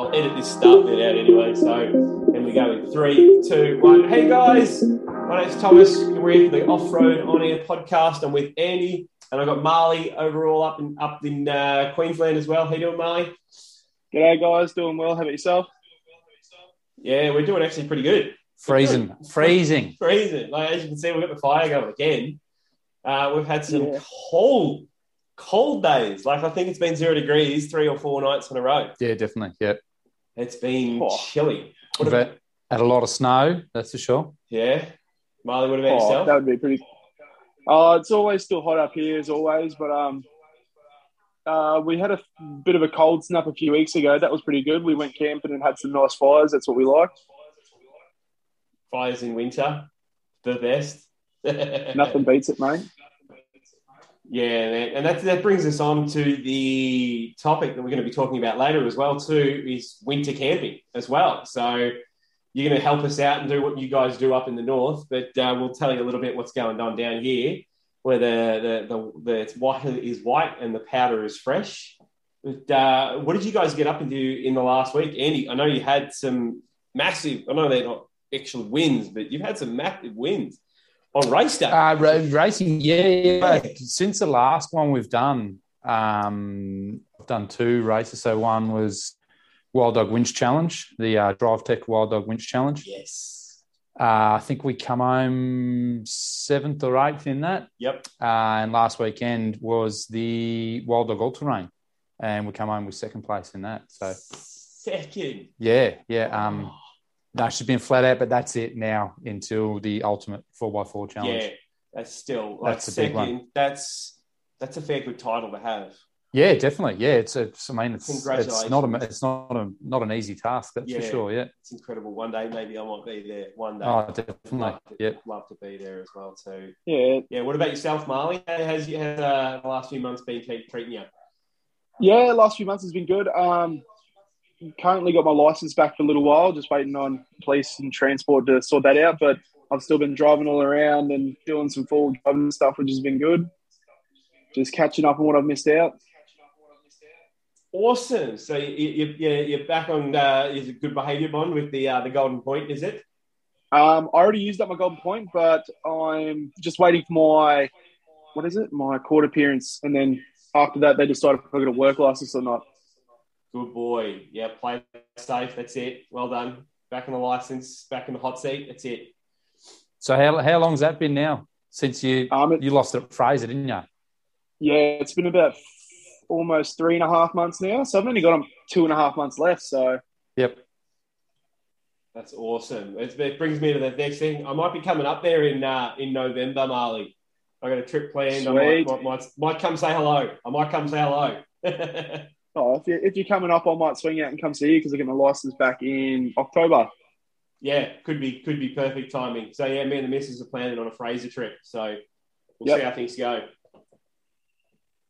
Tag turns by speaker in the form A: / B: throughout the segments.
A: I'll edit this start bit out anyway. So then we go in three, two, one. Hey guys, my name's Thomas. We're here for the Off Road On Air podcast. I'm with Andy, and I've got Marley overall up in up in uh, Queensland as well. How you doing, Marley?
B: G'day, guys. Doing well. How about yourself?
A: Yeah, we're doing actually pretty good.
C: Freezing, freezing.
A: Freezing. Like as you can see, we've got the fire going again. Uh, we've had some
B: Yeah.
A: cold, cold days. Like I think it's been zero degrees three or four nights in a row.
C: Yeah, definitely. Yeah,
A: It's been
B: Oh.
A: chilly. What
C: We've
A: about,
C: had a lot of snow. That's for sure.
A: yeah, Marley? What about
B: Oh,
A: yourself?
B: that would be pretty. Uh, it's always still hot up here, as always. But um, uh, we had a bit of a cold snap a few weeks ago. That was pretty good. We went camping and had some nice fires. That's what we like.
A: fires in winter, the best.
B: Nothing beats it, mate.
A: Yeah, and and that, that brings us on to the topic that we're going to be talking about later as well, too, is winter camping as well. So you're going to help us out and do what you guys do up in the north, but uh, we'll tell you a little bit what's going on down here, where the, the, the, the it's white is white and the powder is fresh. But uh, what did you guys get up into in the last week, Andy? I know you had some massive. I know they're not actual wins, but you've had some massive wins on race day.
C: Uh, ra- racing, yeah, yeah. Since the last one we've done, um, I've done two races. So one was Wild Dog Winch Challenge, the uh, Drive Tech Wild Dog Winch Challenge.
A: yes.
C: Uh, I think we come home seventh or eighth in that.
A: Yep.
C: Uh, and last weekend was the Wild Dog All Terrain, and we come home with second place in that. So
A: second. Oh,
C: yeah, yeah. Um, No, she's been flat out, but that's it now until the ultimate 4x4 challenge.
A: yeah, that's still like
C: That's a
A: second.
C: big one.
A: That's that's a fair good title to have.
C: Yeah, definitely. Yeah, it's, it's I mean, it's it's
A: Congratulations.
C: not a it's not a not an easy task. That's
A: Yeah.
C: for sure. Yeah.
A: It's incredible. One day, maybe I might be there. One day,
C: Oh, definitely.
A: love, to,
C: Yeah.
A: love to be there as well too.
B: Yeah,
A: Yeah. What about yourself, Marley? How- How's you has uh, the last few months been keep treating you?
B: Yeah, last few months has been good. Um, currently got my license back for a little while, just waiting on police and transport to sort that out. But I've still been driving all around and doing some forward driving and stuff, which has been good. Just catching up on what I've missed out.
A: Awesome. So you, you, you're- you're back on uh, is a good behaviour bond with the uh, the Golden Point, is it?
B: Um, I already used up my golden point, but I'm just waiting for my what is it? My court appearance, and then after that, they decide if I get a work license or not.
A: Good boy. Yeah. Play safe. That's it. Well done. Back in the license. Back in the hot seat. That's it.
C: So how how long's that been now since you
A: Uh,
B: Um, it,
C: you lost it at Fraser, didn't you?
B: yeah, it's been about almost three and a half months now, so I've only got um, two and a half months left. So.
C: Yep.
A: That's awesome. It's, it brings me to the next thing. I might be coming up there in uh, in November, Marley. I got a trip planned. I might,
B: Sweet.
A: might, might, might come say hello. I might come say hello.
B: Oh, if, you, if you're coming up, I might swing out and come see you because I get my license back in October.
A: yeah, could be could be perfect timing. So yeah, me and the missus are planning on a Fraser trip. So we'll
B: Yep.
A: see how things go.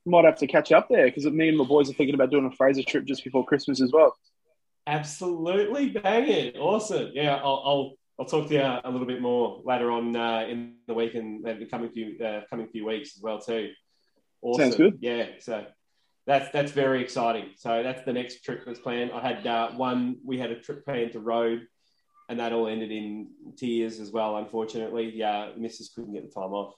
B: Might have to catch you up there because me and my boys are thinking about doing a Fraser trip just before Christmas as well.
A: Absolutely banging. Awesome. Yeah, I'll, I'll I'll talk to you a little bit more later on uh, in the week and uh, the coming few uh, coming few weeks as well too. Awesome.
B: Sounds good.
A: Yeah. So that's that's very exciting. So that's the next trip that's planned. I had uh, one. We had a trip planned to Road, and that all ended in tears as well. Unfortunately, yeah, Mrs. couldn't get the time off.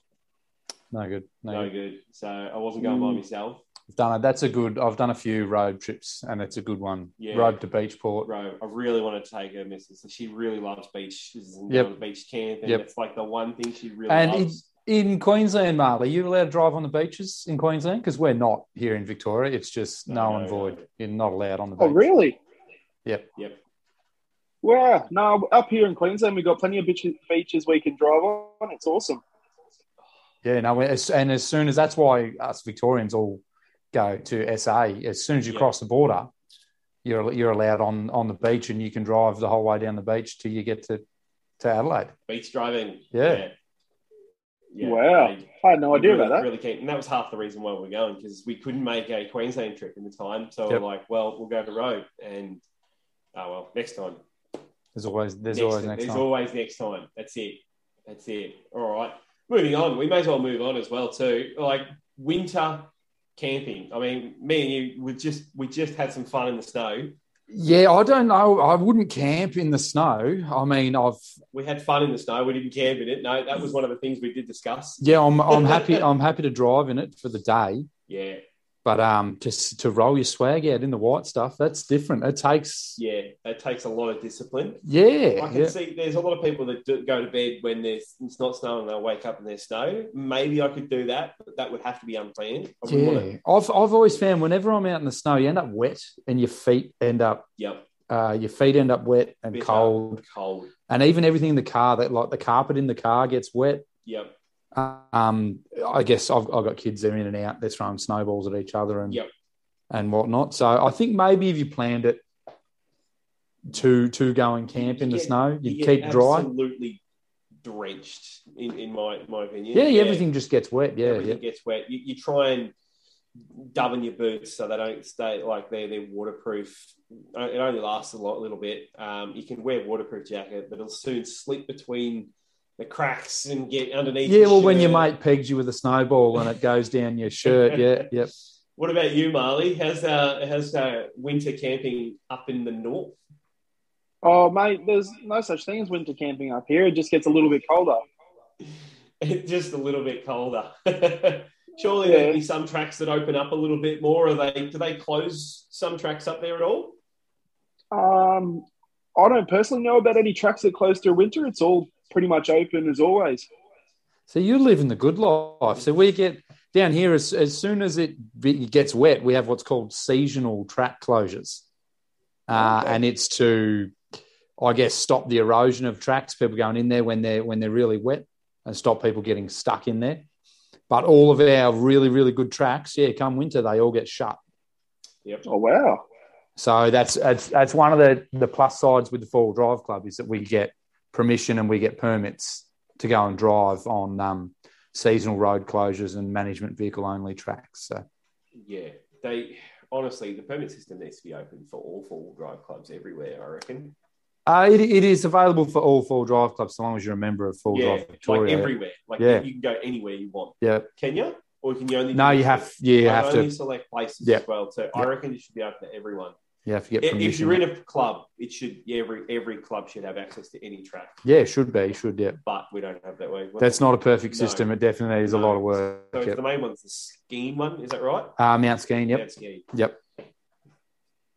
C: No good.
A: No
C: No, good.
A: good. So I wasn't going by
B: Mm.
A: myself.
C: I've done it. That's a good. I've done a few road trips, and it's a good one.
A: Yeah.
C: Road to Beachport.
A: row. I really want to take her missus. She really loves beach. She's in
C: Yep.
A: the beach camp, and
C: Yep.
A: it's like the one thing she really
C: And
A: loves.
C: In Queensland, Marley, you allowed to drive on the beaches in Queensland? Because we're not here in Victoria. It's just
A: No,
C: no,
A: no,
C: and
A: no.
C: void. You're not allowed on the
B: Oh,
C: beach.
B: really?
A: Yep.
B: Wow. No, up here in Queensland, we've got plenty of beaches, beaches we can drive on. It's awesome.
C: Yeah, no, as- and as soon as that's why us Victorians all go to SA. As soon as you
A: Yeah.
C: cross the border, you're you're allowed on on the beach, and you can drive the whole way down the beach till you get to to Adelaide.
A: Beach driving.
C: Yeah.
A: Yeah. Yeah.
B: Wow.
A: They-
B: I had no
A: they
B: idea
A: really,
B: about that.
A: Really keen. And that was half the reason why we we're going because we couldn't make a Queensland trip in the time. So
C: Yep.
A: we're like, well, we'll go to Road and oh well, next time.
C: There's always there's
A: Next-
C: always next
A: there's
C: time.
A: always next time. That's it. That's it. All right. Moving on. We may as well move on as well too. Like winter camping. I mean, me and you we just we just had some fun in the snow.
C: Yeah, I don't know. I wouldn't camp in the snow. I mean, I've
A: We had fun in the snow. We didn't camp in it. No, that was one of the things we did discuss.
C: yeah, I'm I'm happy. I'm happy to drive in it for the day,
A: Yeah,
C: but um, just to roll your swag out in the white stuff, that's different. It takes
A: yeah, that takes a lot of discipline.
C: yeah,
A: I can
C: yeah,
A: see there's a lot of people that do, go to bed when there's it's not snowing. They'll wake up and there's snow. Maybe I could do that, but that would have to be unplanned. I wouldn't want
C: yeah. I've I've always found whenever I'm out in the snow, you end up wet, and your feet end up
A: to. Yep,
C: uh, your feet end up wet and
A: Bitter.
C: cold,
A: cold.
C: and even everything in the car that like the carpet in the car gets wet.
A: Yep,
C: um, I guess I've, I've got kids they're in and out. They're throwing snowballs at each other and
A: Yep.
C: and whatnot. So I think maybe if you planned it to to go and camp in the
A: Yeah,
C: snow, you'd
A: get
C: keep dry.
A: Absolutely drenched, in, in my my opinion.
C: Yeah, yeah, everything just gets wet. Yeah,
A: everything gets wet. You, you try and doven your boots so they don't stay like they're they're waterproof. Uh, It only lasts a lot, little bit. Um, you can wear a waterproof jacket, but it'll soon slip between the cracks and get
C: yeah.
A: underneath.
C: Yeah,
A: your
C: well, when your
A: shirt.
C: mate pegs you with a snowball and it goes down your shirt, yeah, yep.
A: What about you, Marley? How's uh, how's uh, winter camping up in the north?
B: Oh, mate, there's no such thing as winter camping up here. It just gets a little bit colder.
A: Just a little bit colder. Surely there'll be some tracks that open up a little bit more. Are they? Do they close some tracks up there at all?
B: Um, I don't personally know about any tracks that close through winter. It's all pretty much open as always.
C: So you're living the good life. So we get down here as, as soon as it be- gets wet, we have what's called seasonal track closures, uh,
B: Okay.
C: and it's to, I guess, stop the erosion of tracks. People going in there when they're when they're really wet, and stop people getting stuck in there. But all of our really really good tracks, yeah, come winter they all get shut.
B: Oh wow!
C: So that's that's that's one of the the plus sides with the four wheel drive club is that we get permission and we get permits to go and drive on um, seasonal road closures and management vehicle only tracks. So
A: Yeah, they honestly the permit system needs to be open for all four-wheel drive clubs everywhere. I reckon.
C: uh, it, it is available for all four wheel drive clubs, so long as you're a member of Four Wheel
A: yeah,
C: Drive Victoria.
A: like everywhere. Like
C: Yeah.
A: you can go anywhere you want.
C: yeah,
A: Can you? Or can you only?
C: no,
A: do
C: you have you have
A: only
C: to
A: select places
C: Yeah.
A: as well. So I
C: Yeah.
A: reckon it should be open to everyone.
C: you have to get
A: If- If you're
C: permission.
A: in a club, it should yeah, every every club should have access to any track,
C: Yeah, should be should yeah.
A: but we don't have that way. Well,
C: That's not a perfect
A: No.
C: system. It definitely is a
A: No.
C: lot of work.
A: so.
C: Yep.
A: The main one's the skiing one. Is that right?
C: Uh, Mount Skeen, yep.
A: Yeah, skiing.
C: Yep.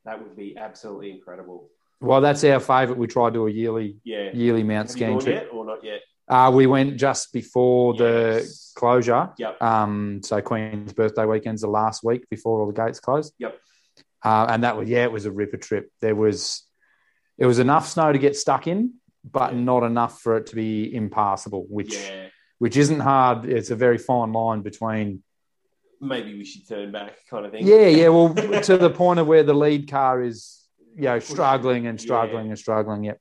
A: That would be absolutely incredible.
C: Well, that's our favourite. We try to do a yearly
A: Yeah.
C: yearly Mount
A: Have you
C: Skeen
A: gone
C: trip.
A: yet or not yet?
C: Uh, we went just before the
A: Yes.
C: closure.
A: Yep.
C: Um, so Queen's birthday weekend's the last week before all the gates closed.
A: Yep.
C: Uh, and that was yeah, it was a ripper trip. There was it was enough snow to get stuck in, but
A: Yeah.
C: not enough for it to be impassable, which
A: yeah.
C: which isn't hard. It's a very fine line between
A: maybe we should turn back kind of thing.
C: yeah, yeah. Well, to the point of where the lead car is you know struggling and struggling and struggling. Yep.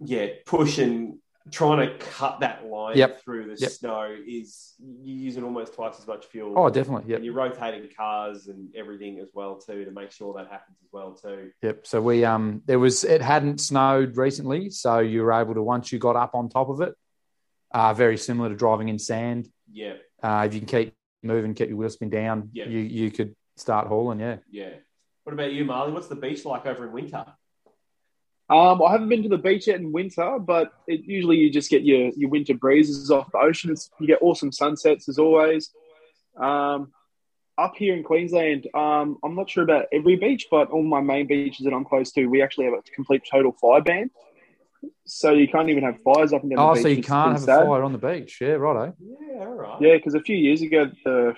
A: Yeah, push and trying to cut that line
C: Yep.
A: through the
C: Yep.
A: snow is you're using almost twice as much fuel.
C: Oh, definitely. Yep.
A: And you're rotating cars and everything as well too to make sure that happens as well too.
C: Yep. So we um there was it hadn't snowed recently, so you were able to once you got up on top of it, uh, very similar to driving in sand.
A: Yeah,
C: Uh, if you can keep moving, keep your wheel spin down,
A: Yeah.
C: you you could start hauling. Yeah.
A: yeah. What about you, Marley? What's the beach like over in winter?
B: Um, I haven't been to the beach yet in winter, but it, usually you just get your, your winter breezes off the ocean. It's, you get awesome sunsets as always. Um, up here in Queensland, um, I'm not sure about every beach, but all my main beaches that I'm close to, we actually have a complete total fire ban. So you can't even have fires up and down the
C: Oh,
B: beach.
C: so you
B: It's
C: can't have
B: pretty
C: a
B: sad.
C: fire on the beach. Yeah, righto.
A: Yeah, all right.
B: Yeah, because a few years ago, the,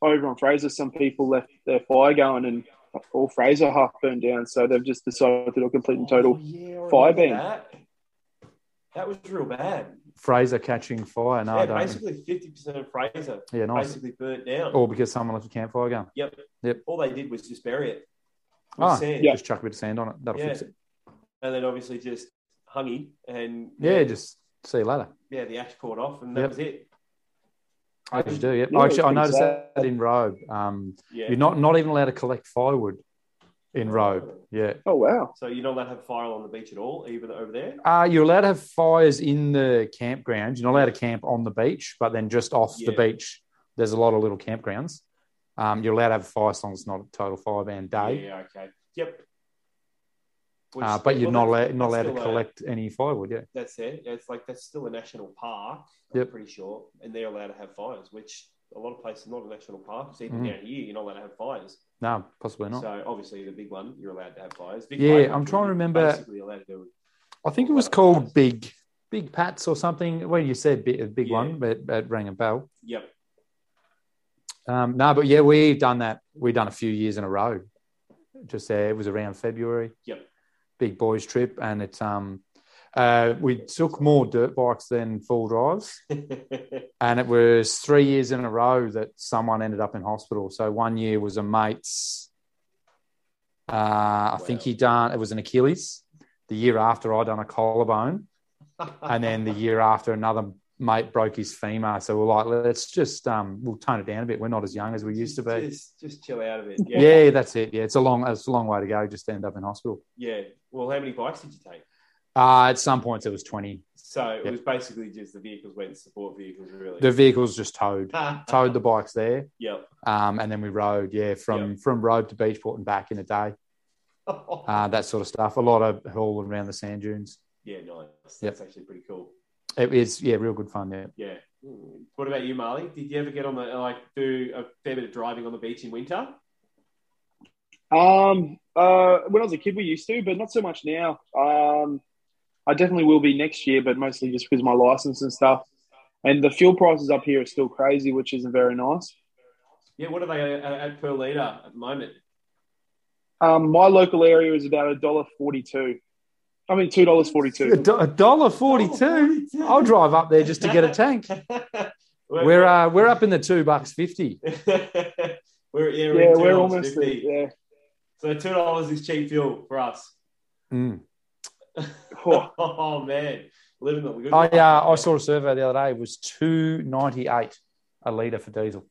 B: over on Fraser, some people left their fire going and all Fraser half burned down. So they've just decided to do a complete and total.
A: Oh, yeah, I remember
B: fire ban.
A: That. That was real bad.
C: Fraser catching fire. No, I
A: yeah,
C: don't.
A: basically fifty percent of Fraser
C: yeah, nice. Oh.
A: basically burnt down.
C: Or because someone left a campfire going.
A: All they did was just bury it. with
C: Oh,
A: sand.
B: Yeah.
C: just chuck a bit of sand on it. That'll
A: Yeah.
C: fix it.
A: and then obviously just hungy and
C: Yeah, just see you later.
A: yeah, the ash poured off and that
C: Yep.
A: was it.
C: I just do. Yeah.
B: Yeah,
C: Actually, I
B: it's
C: noticed
B: pretty
C: that in Robe. Um,
A: Yeah.
C: You're not not even allowed to collect firewood in Robe. Yeah.
B: Oh, wow.
A: so you're not allowed to have fire on the beach at all, even over there.
C: Uh, you're allowed to have fires in the campgrounds. You're not allowed to camp on the beach, but then just off the
A: Yeah.
C: beach, there's a lot of little campgrounds. Um, you're allowed to have fire as long as it's not a total fire ban day.
A: Yeah, okay. Yep. Which-
C: Uh, but you're
A: well,
C: not
A: that's-
C: allowed, not allowed to
A: still a-
C: collect any firewood. Yeah,
A: That's it. Yeah, It's like that's still a national park. I'm
C: Yep.
A: pretty sure, and they're allowed to have fires, which a lot of places not a national park. So even
C: Mhm.
A: down here, you're not allowed to have fires.
C: no, possibly not.
A: So obviously the big one, you're allowed to have fires. Big
C: Yeah,
A: Lake,
C: I'm
A: you're
C: trying to remember-
A: Basically allowed to do it.
C: I think it was
A: um,
C: called Big Big Pats or something. Well, you said big, a big
A: Yeah.
C: one, but that rang a bell.
A: Yep.
C: Um, no, but yeah, we've done that. We've done a few years in a row. Just there, it was around February.
A: Yep.
C: Big boys trip, and it's um, uh, we took more dirt bikes than full drives, and it was three years in a row that someone ended up in hospital. So one year was a mate's. Uh, I think
A: Wow.
C: he done it was an Achilles. The year after, I done a collarbone and then the year after another mate broke his femur so we're like let's just um we'll tone it down a bit we're not as young as we used to be
A: Just, just chill out of it.
C: yeah, that's it yeah it's a long it's a long way to go just to end up in hospital
A: Yeah. Well, how many bikes did you take?
C: uh at some points it was 20
A: So it
C: Yeah.
A: was basically just the vehicles went support vehicles, really.
C: the vehicles just towed towed the bikes there
A: Yep.
C: um and then we rode yeah from from road to beachport and back in the day uh that sort of stuff a lot of haul around the sand dunes
A: yeah, nice.
C: Yep.
A: That's actually pretty cool.
C: it is yeah real good fun yeah
A: Yeah.
B: Hmm.
A: Mm. What about you, Marley? Did you ever get on the like do a fair bit of driving on the beach in winter?
B: Um, uh, when I was a kid, we used to, but not so much now. Um, I definitely will be next year, but mostly just because my license and stuff. And the fuel prices up here are still crazy, which isn't very nice.
A: Yeah. What are they at, at per liter at the moment?
B: Um, my local area is about a dollar forty-two. I mean, two dollars
C: a
B: forty-two.
C: do- a dollar 42 i'll drive up there just to get a tank we're uh we're up in the two bucks fifty
A: we're yeah,
B: Yeah,
A: we're,
B: we're almost there. Yeah.
A: So two dollars is cheap fuel for us.
C: mm.
B: Oh,
A: Oh, man, living the good
C: I
A: life.
C: uh, I saw a survey the other day. It was two ninety eight a liter for diesel.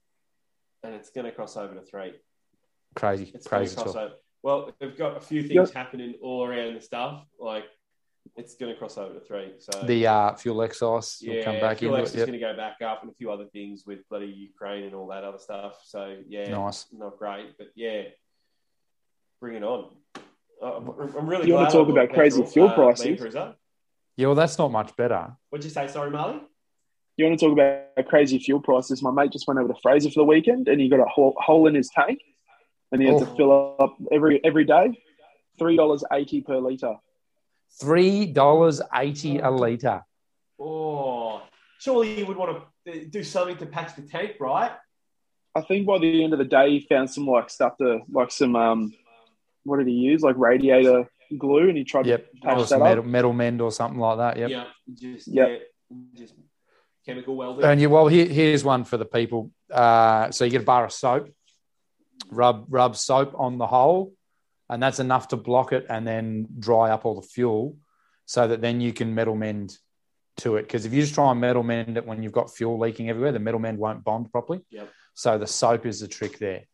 A: and it's going to cross over to three.
C: Crazy,
A: It's going to
C: crazy
A: cross
C: talk.
A: over. Well, we've got a few things happening all around the stuff. Like it's going to cross over to three. So
C: The uh, fuel excise will
A: yeah,
C: come back
A: fuel
C: into
A: X
C: it.
A: is
C: Yep.
A: going to go back up, and a few other things with bloody Ukraine and all that other stuff. So yeah,
C: Nice.
A: not great, but yeah, bring it on. Uh, I'm I'm really
B: You
A: glad
B: wanna talk
A: I-
B: about crazy fuel prices?
A: Land uh, Cruiser.
C: Yeah, well, that's not much better.
A: What'd you say? Sorry, Marley.
B: You want to talk about crazy fuel prices? My mate just went over to Fraser for the weekend, and he got a hole, hole in his tank, and he had
C: Oh.
B: to fill up every every day. Three dollars eighty per liter.
C: Three dollars eighty a liter.
A: Oh, surely you would want to do something to patch the tank, right?
B: I think by the end of the day, he found some like stuff to like some um, what did he use? Like radiator glue, and he tried
C: Yep,
B: to
C: or
B: patch
C: some
B: that
C: metal,
B: up.
C: metal mend or something like that. Yep.
A: Yeah, just
B: Yep.
A: yeah, just chemical welding.
C: And you, well, here, here's one for the people. Uh, so you get a bar of soap, rub rub soap on the hole, and that's enough to block it, and then dry up all the fuel, so that then you can metal mend to it. Because if you just try and metal mend it when you've got fuel leaking everywhere, the metal mend won't bond properly.
A: Yep.
C: So the soap is the trick there.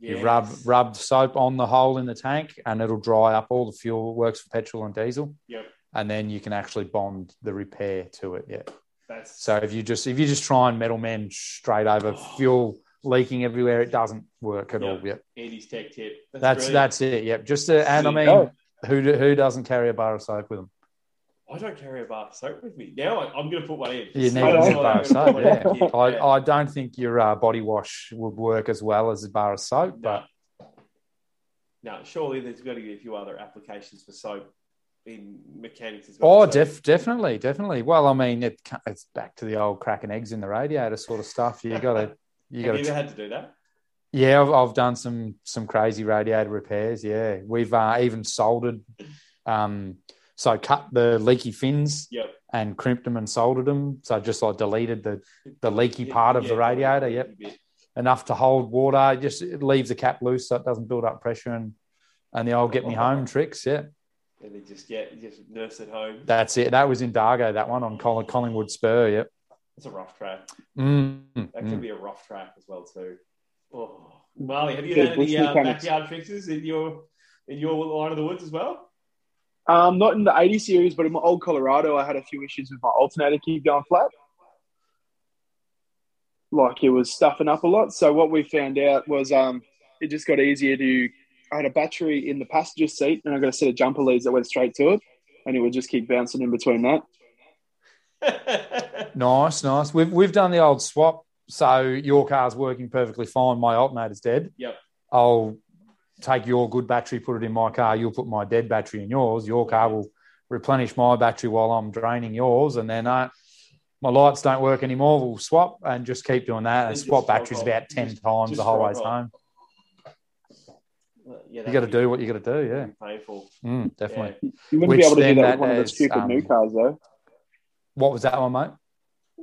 A: Yes.
C: You rub rub soap on the hole in the tank, and it'll dry up all the fuel. Works for petrol and diesel.
A: Yep.
C: And then you can actually bond the repair to it. Yeah.
A: That's
C: So if you just if you just try and metal men straight over fuel leaking everywhere, it doesn't work at
A: Yeah.
C: all. Yep,
A: Andy's tech tip.
C: that's
A: brilliant.
C: that's it. Yep, just to, and I
A: There
B: you
C: mean, who do, who doesn't carry a bar of soap with them?
A: I don't carry a bar of soap with me. Now I, I'm going to put one in.
C: You need
B: I
C: a
B: don't.
C: bar of soap. Yeah,
A: I,
C: I, I don't think your uh, body wash would work as well as a bar of soap, but
A: no. no, surely there's got to be a few other applications for soap in mechanics as well.
C: oh,
A: So-
C: def, definitely, definitely. Well, I mean, it, ca- it's back to the old cracking eggs in the radiator sort of stuff. You got to you got
A: Have you
C: to
A: ever had to do that?
C: Yeah, I've, I've done some some crazy radiator repairs. Yeah, we've uh, even soldered, um, so cut the leaky fins
A: Yep.
C: and crimped them and soldered them. So just like deleted the the leaky
A: Yeah,
C: part of
A: yeah,
C: the radiator.
A: yeah,
C: Yep,
A: yeah.
C: enough to hold water. Just leave the cap loose so it doesn't build up pressure and and the old get me home tricks. Yeah,
A: And then just yeah, just nurse at home.
C: that's it. That was in Dargo. That one on Colli- Collingwood Spur. Yep.
A: That's a rough track.
C: Mm,
A: That
C: mm.
A: could be a rough track as well too. Oh, Marley, have you
B: Yeah,
A: had any
B: Bushman
A: uh,
B: comments.
A: backyard fixes in your in your line of the woods as well?
B: Um, not in the eighty series, but in my old Colorado, I had a few issues with my alternator keep going flat. Like it was stuffing up a lot. So what we found out was um, it just got easier to I had a battery in the passenger seat, and I got a set of jumper leads that went straight to it, and it would just keep bouncing in between that.
C: Nice, nice. We've we've done the old swap. So your car's working perfectly fine. My alternator's dead.
A: Yep.
C: I'll take your good battery, put it in my car. You'll put my dead battery in yours. Your car will replenish my battery while I'm draining yours, and then uh, my lights don't work anymore. We'll swap and just keep doing that.
A: And
C: And
A: just
C: swap
A: roll
C: batteries
A: on.
C: about ten
A: Just-
C: times
A: just
C: the whole
A: roll
C: ways
A: on.
C: home.
A: yeah,
C: You
A: that'd
C: got to
A: be
C: do what you got to do. Yeah,
A: painful.
C: Mm, definitely.
B: You wouldn't
C: Which
B: be able to do
C: then
B: that
C: that
B: with one of the
C: is,
B: stupid new
C: um,
B: cars, though.
C: What was that one, mate?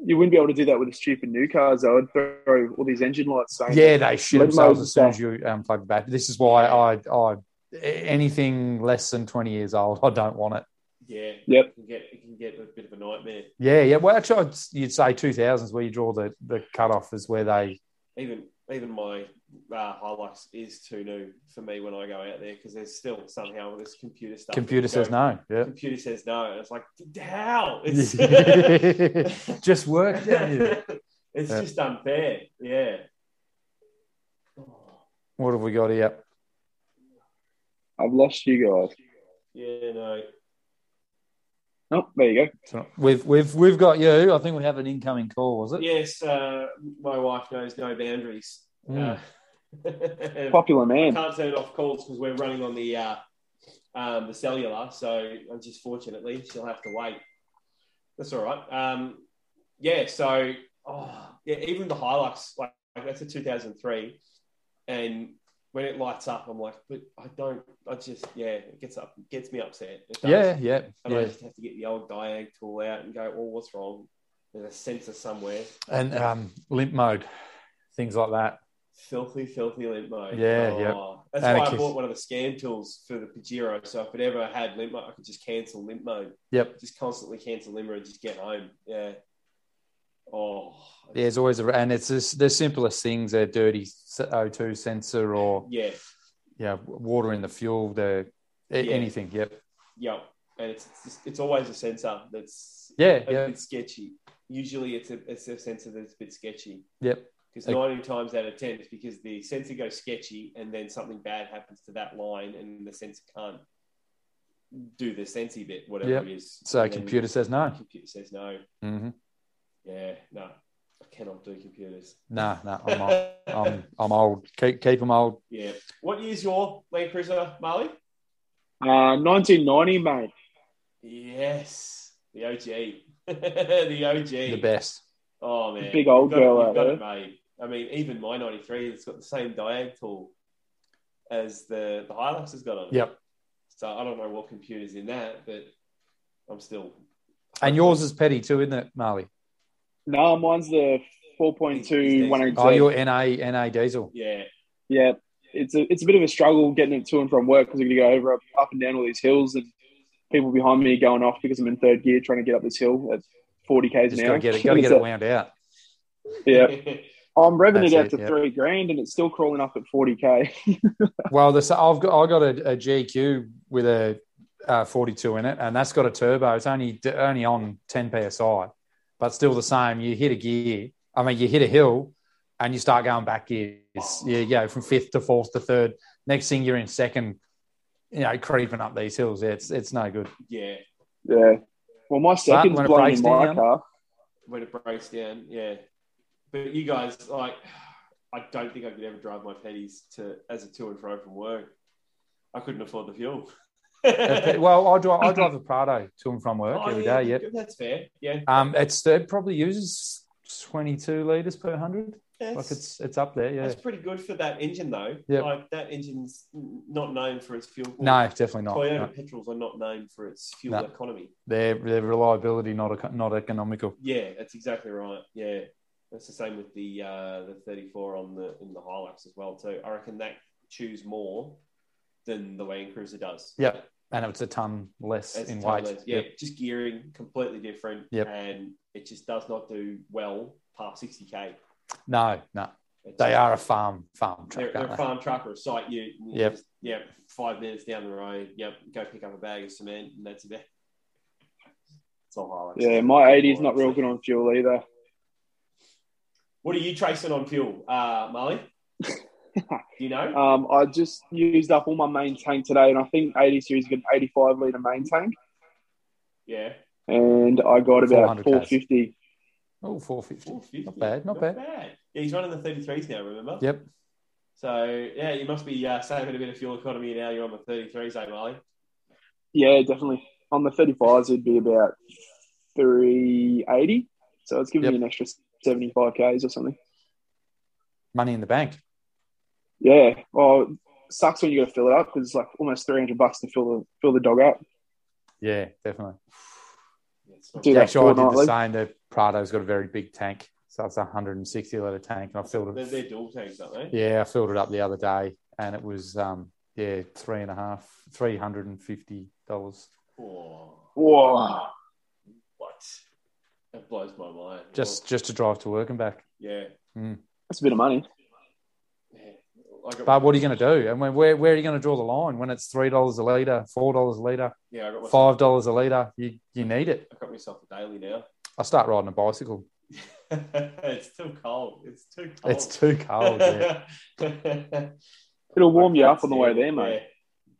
B: You wouldn't be able to do that with the stupid new cars, though. I'd throw all these engine lights. saying-
C: Yeah, they shit
B: Let
C: themselves
B: Moses
C: as soon as you unplug the battery. This is why I, I, anything less than twenty years old, I don't want it.
A: Yeah.
B: Yep.
A: It can get it can get a bit of a nightmare.
C: Yeah, yeah. Well, actually, I'd, you'd say two thousands where you draw the the cutoff is where they.
A: Even even my uh, Hilux is too new for me when I go out there because there's still somehow this computer stuff.
C: Computer
A: Go,
C: says no. Yeah.
A: Computer says no, and it's like "D- how it's
C: just work. don't you?
A: it's
C: Yeah.
A: just unfair. Yeah.
C: What have we got here?
B: I've lost you guys.
A: Yeah, no.
B: Oh, there you go.
C: So We've we've we've got you. I think we have an incoming call. Was it?
A: Yes, uh, my wife knows no boundaries.
C: Mm.
A: Uh,
B: Popular
A: I
C: Hmm.
B: man.
A: can't turn off calls because we're running on the uh, um, the cellular. So uh, just fortunately, she'll have to wait. That's all right. Um, yeah. So oh, yeah, even the Hilux, like, like that's a 2003, and when it lights up, I'm like, but I don't. I just yeah, it gets up, gets me upset. It does.
C: yeah, yeah,
A: And I
C: yeah.
A: just have to get the old diag tool out and go, oh, what's wrong? There's a sensor somewhere.
C: And um, limp mode, things like that.
A: Filthy, filthy limp mode. Oh,
C: Yeah, yep.
A: That's
C: And
A: why
C: it
A: I
C: keeps-
A: bought one of the scan tools for the Pajero. So if it ever had limp mode, I could just cancel limp mode.
C: Yep.
A: Just constantly cancel limp mode and just get home. Yeah. Oh.
C: There's always a, and it's just the simplest things. A dirty s- O2 sensor or
A: Yeah.
C: yeah, water in the fuel. The a-
A: Yeah.
C: anything. Yep.
A: Yep. And it's it's, just- it's always a sensor that's
C: Yeah,
A: a
C: yeah,
A: bit sketchy. Usually it's a, it's a sensor that's a bit sketchy.
C: yep.
A: Because
C: Okay.
A: 90 times out of 10, it's because the sensor goes sketchy and then something bad happens to that line and the sensor can't do the sensy bit, whatever
C: Yep.
A: it is.
C: So
A: And then
C: computer says
A: the
C: no.
A: computer says no.
C: hmm
A: Yeah, no, I cannot do computers.
C: No, no, I'm old. I'm, I'm old. Keep keep them old.
A: yeah. What year's your Land Cruiser, Marley?
B: Uh, 1990, mate.
A: Yes, the OG. the OG.
C: The best.
A: Oh, man.
B: Big
A: You've
B: old
A: got it-
B: girl
A: you've
B: out
A: got it made. I mean, even my 93, it's got the same diag tool as the, the Hilux has got on it.
C: Yep.
A: So I don't know what computer's in that, but I'm still.
C: And yours is petty too, isn't it, Marley?
B: No, mine's the 4.2 180.
C: Oh, your NA NA diesel.
A: Yeah,
B: yeah, it's a it's a bit of a struggle getting it to and from work because I'm going to go over up, up and down all these hills and people behind me going off because I'm in third gear trying to get up this hill at 40 k's
C: Just
B: an
C: got
B: hour.
C: to get it. Got to
B: It's
C: get it
B: a-
C: wound out.
B: yeah, I'm revving
C: That's
B: it out
C: it,
B: to
C: yeah.
B: three grand and it's still crawling up at 40 k.
C: Well, this I've got I got a, a GQ with a uh, 42 in it, and that's got a turbo. It's only only on 10 psi, but still the same. You hit a gear. I mean, you hit a hill, and you start going back gears. You go from fifth to fourth to third. Next thing you're in second. You know, creeping up these hills. It's it's no good.
A: yeah.
B: Yeah. Well, my second's
C: when it
B: blown
C: breaks
B: in my
C: down-
B: car.
A: When it breaks down, yeah. But you guys, like, I don't think I could ever drive my petties to as a to and fro from work. I couldn't afford the fuel.
C: Uh, well, I drive I drive a Prado to and from work
A: Oh,
C: every day.
A: yeah,
C: Yep.
A: that's fair. Yeah,
C: Um, it's it probably uses 22 liters per hundred.
A: that's,
C: Like it's it's up there. Yeah.
A: that's pretty good for that engine, though.
C: Yep.
A: Like that engine's not known for its fuel.
C: No, definitely not.
A: Toyota
C: No.
A: petrols are not known for its fuel
C: No.
A: economy.
C: Their their reliability not eco- not economical.
A: Yeah, that's exactly right. Yeah, that's the same with the uh, the 34 on the in the Hilux as well too. I reckon that chews more than the Land Cruiser does.
C: Yep. And it's a ton less
A: That's
C: in
A: totally-
C: weight.
A: yeah,
C: Yep.
A: just gearing completely different.
C: Yep.
A: and it just does not do well past 60k.
C: No, no.
A: It's
C: They
A: just-
C: are a farm farm
A: They're,
C: truck,
A: they're a
C: aren't
A: farm truck or a site. You, you
C: Yep.
A: just- yeah, five minutes down the road. Yep, go pick up a bag of cement, and that's about. It's all Hilux.
B: Yeah, my 80's not real good on fuel either.
A: What are you tracing on fuel, uh, Marley? you know?
B: Um, I just used up all my main tank today, and I think 80 series got an 85 litre main tank,
A: Yeah.
B: and I got about
C: 400 Ks.
B: 450.
C: Oh, 450.
A: 450.
C: Not bad, not bad.
A: Yeah, he's running the 33s now, remember?
C: Yep.
A: So, yeah, you must be uh, saving a bit of fuel economy now you're on the 33s, eh, Marley?
B: Yeah, definitely. On the 35s, it'd be about 380. So it's giving
C: Yep.
B: me an extra 75 Ks or something.
C: Money in the bank.
B: Yeah. Well, it sucks when you got to fill it up because it's like almost 300 bucks to fill the, fill the dog up.
C: Yeah, definitely.
A: Yeah, it's not
B: Dude,
C: Yeah,
B: that
C: actually, I did the
B: fortnightly.
C: same. The Prado's got a very big tank. So it's a 160 litre tank. And I filled
A: They're,
C: it.
A: they're dual tanks, aren't they?
C: Yeah, I filled it up the other day and it was, um, yeah, three and a half, $350.
A: Oh,
B: Whoa.
A: what? That blows my mind.
C: Just just to drive to work and back.
A: yeah.
B: That's a bit of money.
A: yeah. I got,
C: But what are you going to do? And when, where, where are you going to draw the line when it's $3 a litre, $4 a litre,
A: yeah, I got, myself,
C: $5 a litre? You, you need it.
A: I got myself a daily now.
C: I start riding a bicycle.
A: it's too cold. It's too cold.
C: It's too cold. Yeah.
B: It'll warm you up on the way there, mate.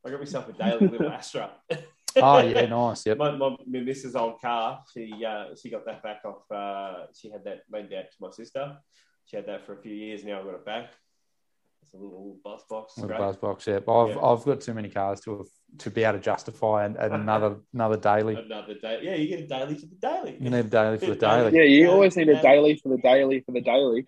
A: Yeah. I got myself a daily little Astra.
C: oh, yeah, nice. Yep.
A: My, my, my missus' old car, she uh, she got that back off. Uh, she had that lent out to my sister. She had that for a few years. Now I've got it back. It's a little bus box.
C: With a
A: great.
C: buzz box, yep. I've,
A: Yeah.
C: I've got too many cars to have, to be able to justify an, another another daily.
A: Another day. Yeah, you get a daily for the daily.
C: You need a daily for the daily.
B: Yeah, you always need a daily for the daily for the daily.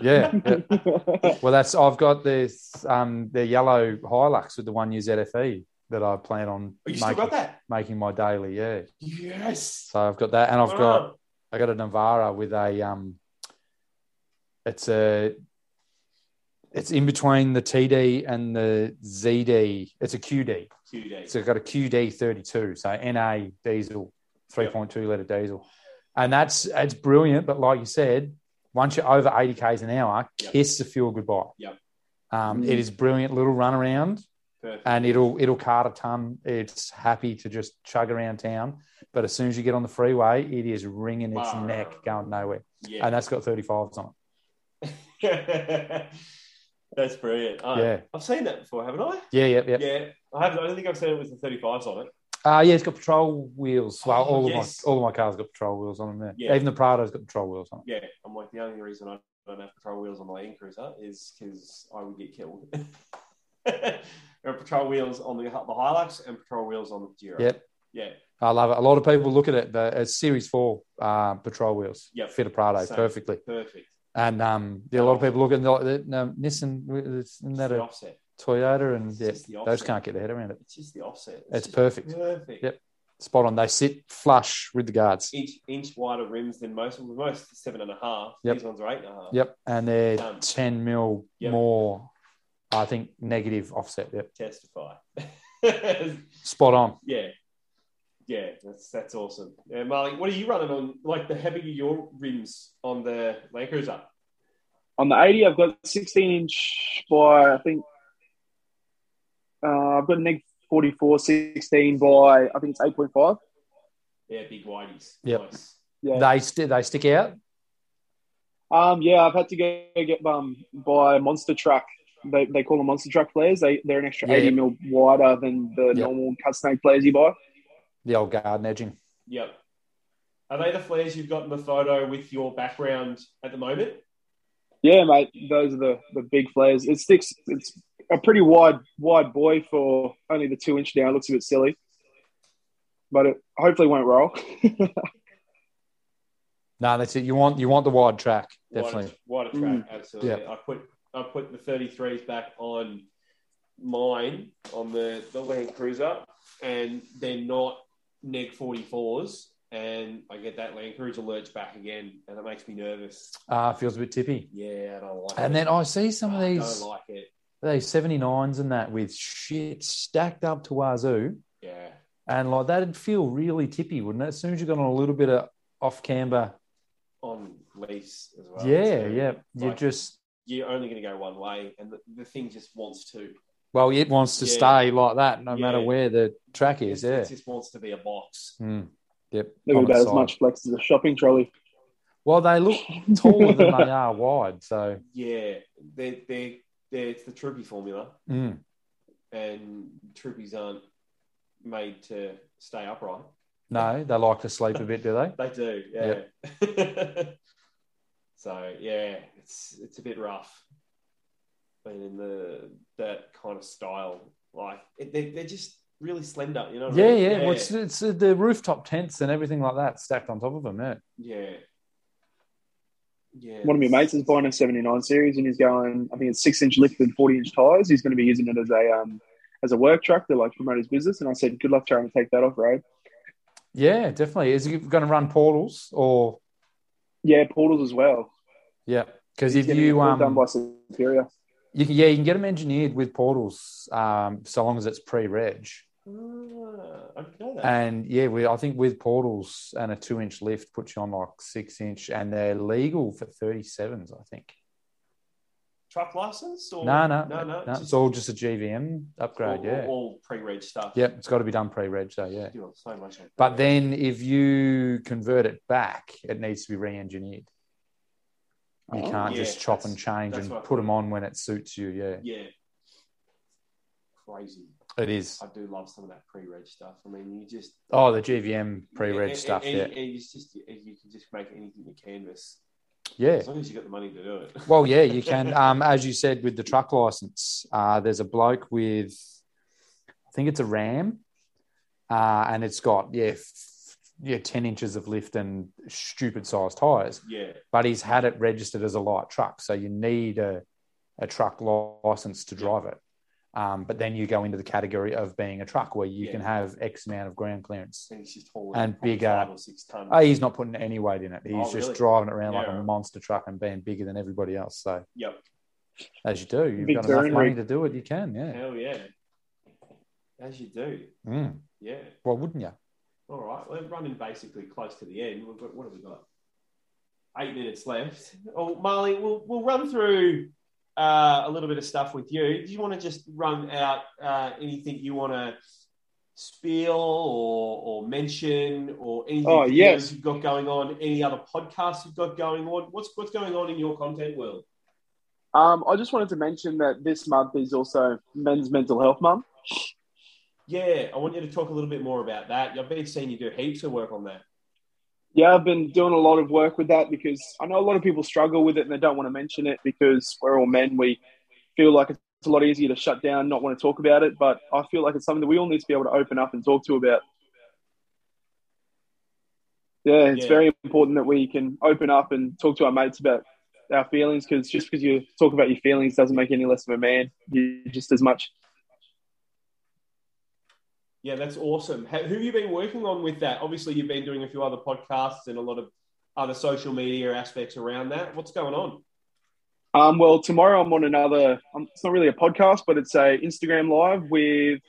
C: Yeah. yeah. Well, that's I've got this um the yellow Hilux with the one year ZFE E that I plan on
A: Oh, you still
C: making,
A: got that?
C: making my daily. Yeah.
A: Yes.
C: So I've got that, and I've
A: Right
C: got
A: on.
C: I got a Navara with a um. It's a. It's in between the TD and the ZD. It's a QD.
A: two days.
C: So I've got a QD32, so NA diesel, 3.2 litre diesel. And that's it's brilliant, but like you said, once you're over 80 k's an hour,
A: Yep.
C: kiss the fuel goodbye.
A: Yep.
C: Um, It is brilliant little run around
A: Perfect.
C: and it'll it'll cart a ton. It's happy to just chug around town. But as soon as you get on the freeway, it is wringing its
A: Wow.
C: neck going nowhere.
A: Yeah.
C: And that's got 35s on it.
A: That's brilliant. Oh,
C: Yeah.
A: I've seen that before, haven't I?
C: Yeah, yeah, yeah.
A: Yeah. I haven't. I don't think I've seen it with the 35s on it.
C: Uh, yeah, it's got patrol wheels. Well,
A: Oh,
C: all
A: yes.
C: of my all of my cars got patrol wheels on them. There.
A: Yeah.
C: Even the Prado's got patrol wheels on it.
A: Yeah. I'm like, the only reason I don't have patrol wheels on my Land Cruiser is because I would get killed. there are patrol wheels on the, the Hilux and patrol wheels on the Jira.
C: Yep.
A: Yeah.
C: I love it. A lot of people look at it the, as Series Four uh, patrol wheels.
A: Yep.
C: fit a Prado
A: Same.
C: perfectly,
A: Perfect.
C: and um, yeah, a lot of people look at it, and they're like, no, Nissan. Isn't
A: It's
C: that
A: the
C: a
A: offset.
C: Toyota? And
A: It's
C: yeah,
A: just the
C: those
A: offset.
C: can't get their head around it.
A: It's just the offset.
C: It's
A: just
C: perfect.
A: Perfect.
C: Yep. Spot on. They sit flush with the guards.
A: Inch inch wider rims than most. Well, most is seven and a half.
C: Yep.
A: These ones are eight and a half.
C: Yep, and they're
A: Done.
C: ten mil
A: Yep.
C: more. I think negative offset. Yep,
A: Testify.
C: spot on.
A: yeah. Yeah, that's that's awesome. Yeah, Marley, what are you running on? Like the heavy your rims on the Land Cruiser?
B: On the 80, I've got 16 inch by, I think, uh, I've got a neg 44 16 by, I think it's 8.5.
A: Yeah, big whiteys.
C: Yep.
A: Nice.
B: Yeah.
C: They st- they stick out.
B: Um, yeah, I've had to go get um buy monster truck. They, they call them monster truck flares. They they're an extra
C: Yeah.
B: eighty mil wider than the
C: Yep.
B: normal cut snake flares you buy.
C: The old garden edging.
A: Yep. Are they the flares you've got in the photo with your background at the moment?
B: Yeah, mate, those are the, the big flares. It sticks. It's a pretty wide wide boy for only the two inch now. It looks a bit silly, but it hopefully won't roll.
C: No, that's it. You want you want the wide track, definitely.
A: What a, what a track, absolutely. I put I put the 33s back on mine on the, the Land Cruiser, and they're not neg 44s, and I get that Land Cruiser lurch back again, and it makes me nervous.
C: Uh, feels a bit tippy.
A: Yeah, I don't like it.
C: And then I see some of
A: Ah, I
C: these.
A: don't like it.
C: they 79s and that with shit stacked up to wazoo
A: Yeah,
C: and like that'd feel really tippy wouldn't it as soon as you got on a little bit of off camber
A: on lease as well.
C: yeah
A: So
C: yeah you
A: like-
C: just
A: You're only going to go one way, and the, the thing just wants to.
C: well it wants to
A: Yeah.
C: stay like that no
A: Yeah.
C: matter where the track is
A: it,
C: yeah
A: it just wants to be a box.
C: Mm. yep
B: Look
C: on
B: at
C: its
B: about as
C: side.
B: much flex as a shopping trolley.
C: well they look taller than they are wide so
A: Yeah, they're, they're, there, it's the Troopy formula,
C: Mm.
A: and Troopies aren't made to stay upright.
C: No, they like to sleep a bit, do they?
A: They do, yeah. so yeah, it's it's a bit rough. Being in the that kind of style, like it, they, they're just really slender, you know. what I
C: Yeah,
A: mean?
C: yeah. Well, it's, it's uh, the rooftop tents and everything like that stacked on top of them. Yeah.
A: yeah, yeah.
B: One of my mates is buying a 79 series and he's going, I think it's six inch lift and 40 inch tyres. He's going to be using it as a, um, as a work truck to like promote his business. And I said, good luck trying to take that off road.
C: Yeah, definitely. Is it going to run portals or
B: Yeah, portals as well.
C: yeah? Because
B: It's
C: if
B: gonna be
C: you
B: all done
C: um,
B: by Superior.
C: you can, yeah, you can get them engineered with portals, um, so long as it's pre-reg.
A: Ah, I didn't know that.
C: And yeah, we I think with portals and a two-inch lift puts you on like six-inch, and they're legal for thirty-sevens, I think.
A: Truck license or
C: No, no,
A: no, no.
C: it's all just a GVM upgrade.
A: all,
C: yeah,
A: all, all pre-reg stuff.
C: yep, it's got to be done pre-reg, so yeah.
A: You want so much. on-
C: But then if you convert it back, it needs to be re-engineered. You
B: Oh.
C: can't
A: Yeah,
C: just chop
A: that's-
C: and change
A: that's
C: and
A: what I
C: put them on when it suits you. Yeah,
A: yeah, crazy.
C: it is.
A: I do love some of that pre-reg stueg I mean, you just
C: Oh, the GVM pre-reg
A: and-
C: stuff.
A: and-
C: yeah,
A: and it's just you- you can just make anything you canvas
C: yeah.
A: as long as you got the money to do it.
C: Well, yeah, you can. Um, as you said, with the truck license, uh, there's a bloke with, I think it's a Ram, uh, and it's got yeah, f- yeah, ten inches of lift and stupid sized tires.
A: yeah,
C: But he's had it registered as a light truck, so you need a, a truck license to drive it. Um, but then you go into the category of being a truck where you
A: Yeah.
C: can have X amount of ground clearance.
A: and it's just hauling
C: And
A: probably
C: bigger.
A: five or six ton.
C: Oh, he's not putting any weight in it. He's
A: Oh,
C: just
A: really?
C: driving it around like
A: Yeah.
C: a monster truck and being bigger than everybody else. So
A: yep,
C: as you do. You've
B: Big
C: got enough
B: turn
C: money
B: rate.
C: to do it. You can, yeah.
A: hell yeah, as you do,
C: Mm.
A: yeah.
C: Why wouldn't you?
A: All right, we're running basically close to the end. We've got what have we got? Eight minutes left. Oh, Marley, we'll we'll run through uh, a little bit of stuff with you. Do you want to just run out uh, anything you want to spiel or, or mention or anything
B: Oh, yes.
A: you've got going on? Any other podcasts you've got going on? What's what's going on in your content world?
B: Um, I just wanted to mention that this month is also Men's Mental Health Month.
A: Yeah, I want you to talk a little bit more about that. I've been seeing you do heaps of work on that.
B: Yeah, I've been doing a lot of work with that because I know a lot of people struggle with it and they don't want to mention it because we're all men. We feel like it's a lot easier to shut down, not want to talk about it. But I feel like it's something that we all need to be able to open up and talk to about. Yeah, it's
A: Yeah.
B: very important that we can open up and talk to our mates about our feelings because just because you talk about your feelings doesn't make you any less of a man. You're just as much.
A: Yeah, that's awesome. Ha- Who have you been working on with that? Obviously, you've been doing a few other podcasts and a lot of other social media aspects around that. What's going on?
B: Um, well, tomorrow I'm on another. Um, it's not really a podcast, but it's a Instagram live with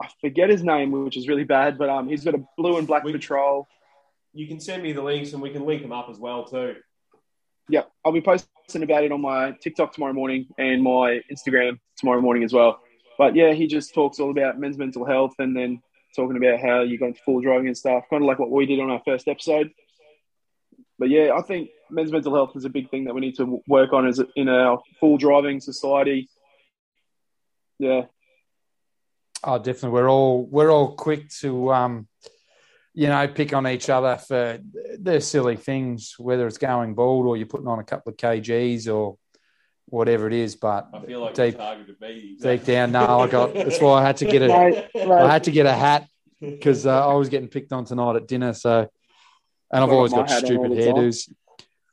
B: I forget his name, which is really bad. But um, he's got a blue and black
A: We-
B: patrol.
A: You can send me the links and we can link them up as well too.
B: Yeah, I'll be posting about it on my TikTok tomorrow morning and my Instagram tomorrow morning as well. But yeah, he just talks all about men's mental health and then talking about how you go into full driving and stuff, kind of like what we did on our first episode. But yeah, I think men's mental health is a big thing that we need to w- work on as a- in our full driving society. Yeah,
C: Oh, definitely. We're all we're all quick to um, you know, pick on each other for the silly things, whether it's going bald or you're putting on a couple of kgs or whatever it is. But
A: I feel like
C: Deep-
A: you targeted me.
C: deep down, no, I got. That's why I had to get a
B: Right,
C: I
B: right.
C: had to get a hat because uh, I was getting picked on tonight at dinner. So, and I've
B: Got
C: always
B: my
C: got
B: hat on
C: stupid
B: all the time.
C: hairdos.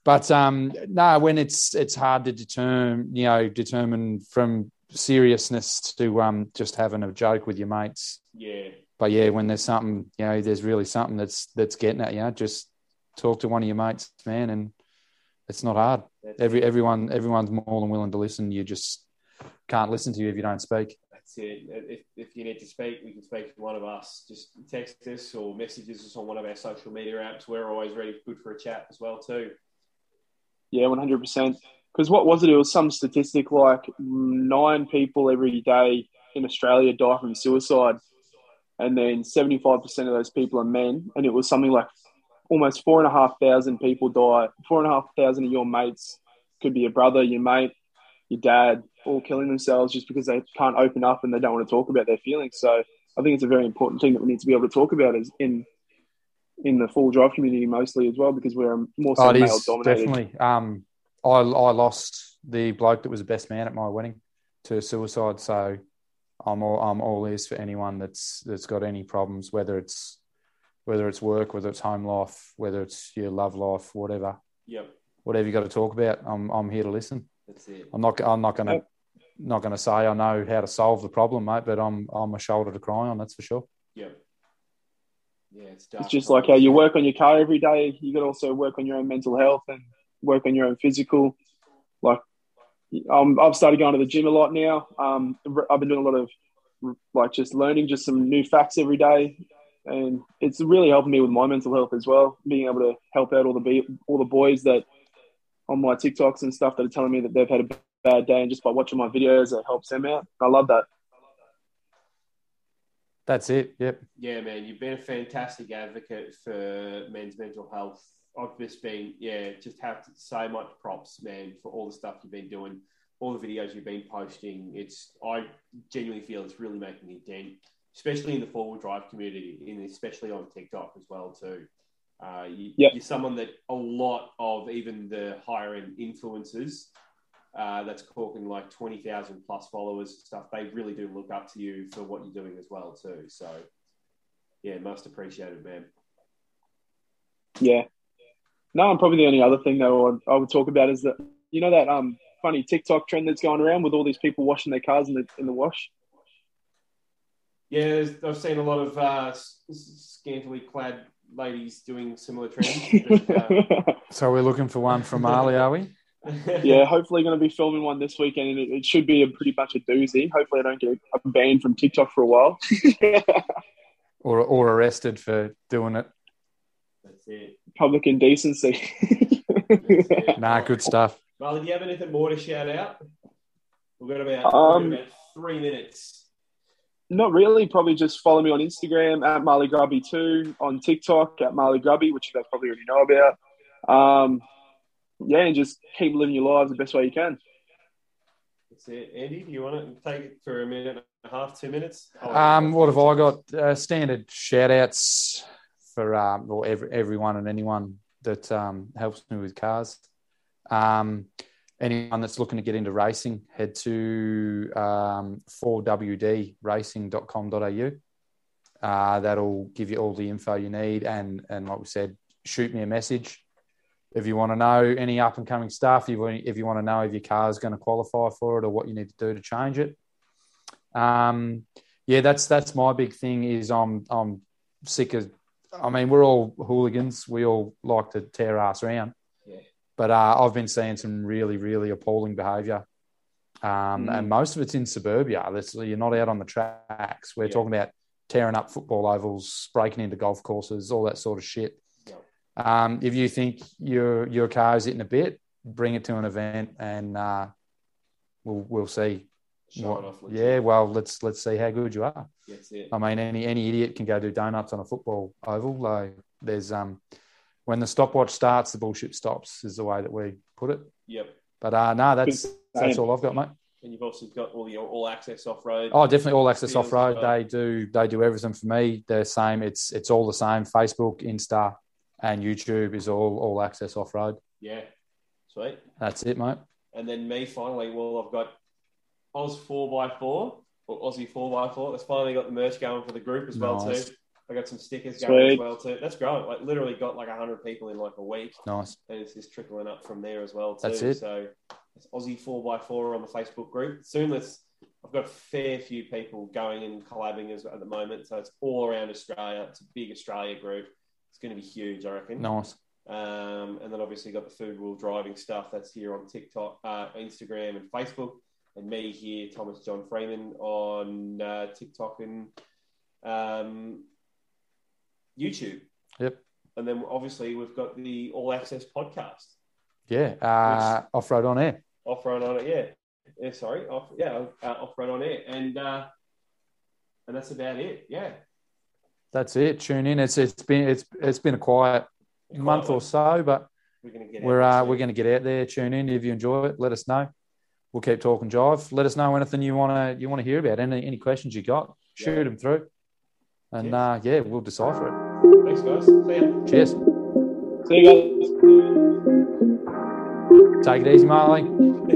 C: But um, no, when it's it's hard to determine, you know, determine from seriousness to um, just having a joke with your mates.
A: yeah,
C: But yeah, when there's something, you know, there's really something that's that's getting at you. Just talk to one of your mates, man, and it's not hard.
A: that's,
C: Every everyone everyone's more than willing to listen. You just can't listen to you if you don't speak.
A: that's it. If, if you need to speak, we can speak to one of us. Just text us or messages us on one of our social media apps. We're always ready, good for a chat as well too.
B: Yeah, one hundred percent. Because what was it? It was some statistic like nine people every day in Australia die from suicide, and then seventy-five percent of those people are men. And it was something like almost four and a half thousand people die. Four and a half thousand of your mates could be your brother, your mate, your dad, all killing themselves just because they can't open up and they don't want to talk about their feelings. So I think it's a very important thing that we need to be able to talk about is in in the full drive community mostly as well because we're more so
C: Oh, it
B: male
C: is
B: dominated.
C: definitely. Um, I I lost the bloke that was the best man at my wedding to suicide. So I'm all I'm all ears for anyone that's that's got any problems, whether it's whether it's work, whether it's home life, whether it's your love life, whatever,
A: Yep,
C: whatever you got to talk about. I'm I'm here to listen.
A: that's it.
C: I'm not I'm not gonna
B: Yep.
C: not gonna say I know how to solve the problem, mate. But I'm I'm a shoulder to cry on. That's for sure.
A: Yep. Yeah, it's dark.
B: It's just like how you work on your car every day. You got to also work on your own mental health and work on your own physical. Like, um, I've started going to the gym a lot now. Um, I've been doing a lot of like just learning just some new facts every day, and it's really helping me with my mental health as well. Being able to help out all the be- all the boys that on my TikToks and stuff that are telling me that they've had a bad day, and just by watching my videos, it helps them out. I love that.
C: That's it. Yep.
A: Yeah, man, you've been a fantastic advocate for men's mental health. I've just been, yeah, just have to so much props, man, for all the stuff you've been doing, all the videos you've been posting. It's, I genuinely feel it's really making a dent, especially in the four wheel drive community, and especially on TikTok as well too. Uh, you,
B: Yeah.
A: You're someone that a lot of even the higher end influencers uh, that's talking like 20,000 plus followers and stuff, they really do look up to you for what you're doing as well, too. So, yeah, most appreciated, man.
B: Yeah. No, and probably the only other thing though I I would talk about is that you know that um funny TikTok trend that's going around with all these people washing their cars in the in the wash.
A: Yeah, there's- I've seen a lot of uh, s- s- scantily clad ladies doing similar trends. uh, but,
C: So we're looking for one from Marley, are we?
A: uh,
B: yeah, hopefully going to be filming one this weekend, and it, it should be a pretty much a doozy. Hopefully, I don't get a ban from TikTok for a while.
C: Or or arrested for doing it.
A: That's it.
B: Public indecency.
A: That's it.
C: Nah, good stuff.
A: Marley, do you have anything more to shout out? We've got about,
B: Um,
A: we've got about three minutes.
B: Not really. Probably just follow me on Instagram at Marley Grubby two on TikTok at Marley Grubby, which you guys probably already know about. Um, yeah, and just keep living your lives the best way you can.
A: That's it. Andy, do you want to take it for a minute and a half, two minutes? Oh,
C: Um, what have I got? Uh, standard shout outs for um, well, every, everyone and anyone that um, helps me with cars. Um, anyone that's looking to get into racing, head to um, 4wdracing.com.au. Uh, that'll give you all the info you need. And, and like we said, shoot me a message if you want to know any up and coming stuff, if you, if you want to know if your car is going to qualify for it or what you need to do to change it. Um, yeah, that's that's my big thing. Is I'm I'm sick of. I mean, we're all hooligans. We all like to tear ass around.
A: Yeah.
C: But uh, I've been seeing some really, really appalling behaviour, um,
B: Mm.
C: and most of it's in suburbia. That's, you're not out on the tracks. We're
A: Yeah.
C: talking about tearing up football ovals, breaking into golf courses, all that sort of shit.
A: Yeah.
C: Um, if you think your your car is hitting a bit, bring it to an event, and uh, we'll we'll see.
A: Show it off. let's
C: yeah,
A: see.
C: well, let's let's see how good you are.
A: That's it.
C: I mean, any any idiot can go do donuts on a football oval. Though there's um, when the stopwatch starts, the bullshit stops. Is the way that we put it.
A: Yep.
C: But uh, no, that's that's all I've got, mate.
A: And you've also got all the all access off road.
C: Oh, definitely all access
A: Feels
C: off road.
A: good.
C: They do they do everything for me. They're same. It's it's all the same. Facebook, Insta, and YouTube is all all access off road.
A: Yeah. Sweet.
C: That's it, mate.
A: And then me finally, well, I've got Oz 4x4 or Aussie 4x4. That's finally got the merch going for the group as well,
C: Nice.
A: too. I got some stickers going as
B: Sweet.
A: well, too. That's growing. Like, literally got like 100 people in like a week,
C: Nice.
A: and it's just trickling up from there as well, too.
C: That's it.
A: So it's Aussie 4x4 on the Facebook group. Soon, let's. I've got a fair few people going and collabing as, at the moment. So it's all around Australia. It's a big Australia group. It's going to be huge, I reckon.
C: Nice.
A: Um, and then obviously got the food rule driving stuff that's here on TikTok, uh, Instagram, and Facebook. And me here, Thomas John Freeman on uh, TikTok and um, YouTube.
C: Yep.
A: And then obviously we've got the All Access podcast,
C: Yeah. Uh, off road on air.
A: Off Road on it. Yeah, yeah. Sorry, off yeah, uh, Off Road on air, and uh, and that's about it. Yeah,
C: That's it. Tune in. It's it's been it's it's been a quiet month or so, but
A: We're gonna get
C: we're
A: out
C: uh,
A: this
C: we're
A: week.
C: going to get out there. Tune in if you enjoy it. Let us know. we'll keep talking jive. Let us know anything you want to you want to hear about. Any any questions you got, shoot them through, and
A: Yeah.
C: uh, yeah, we'll decipher
A: Thanks, guys. See ya.
C: it. Cheers.
B: See you guys.
C: Take it easy, Marley.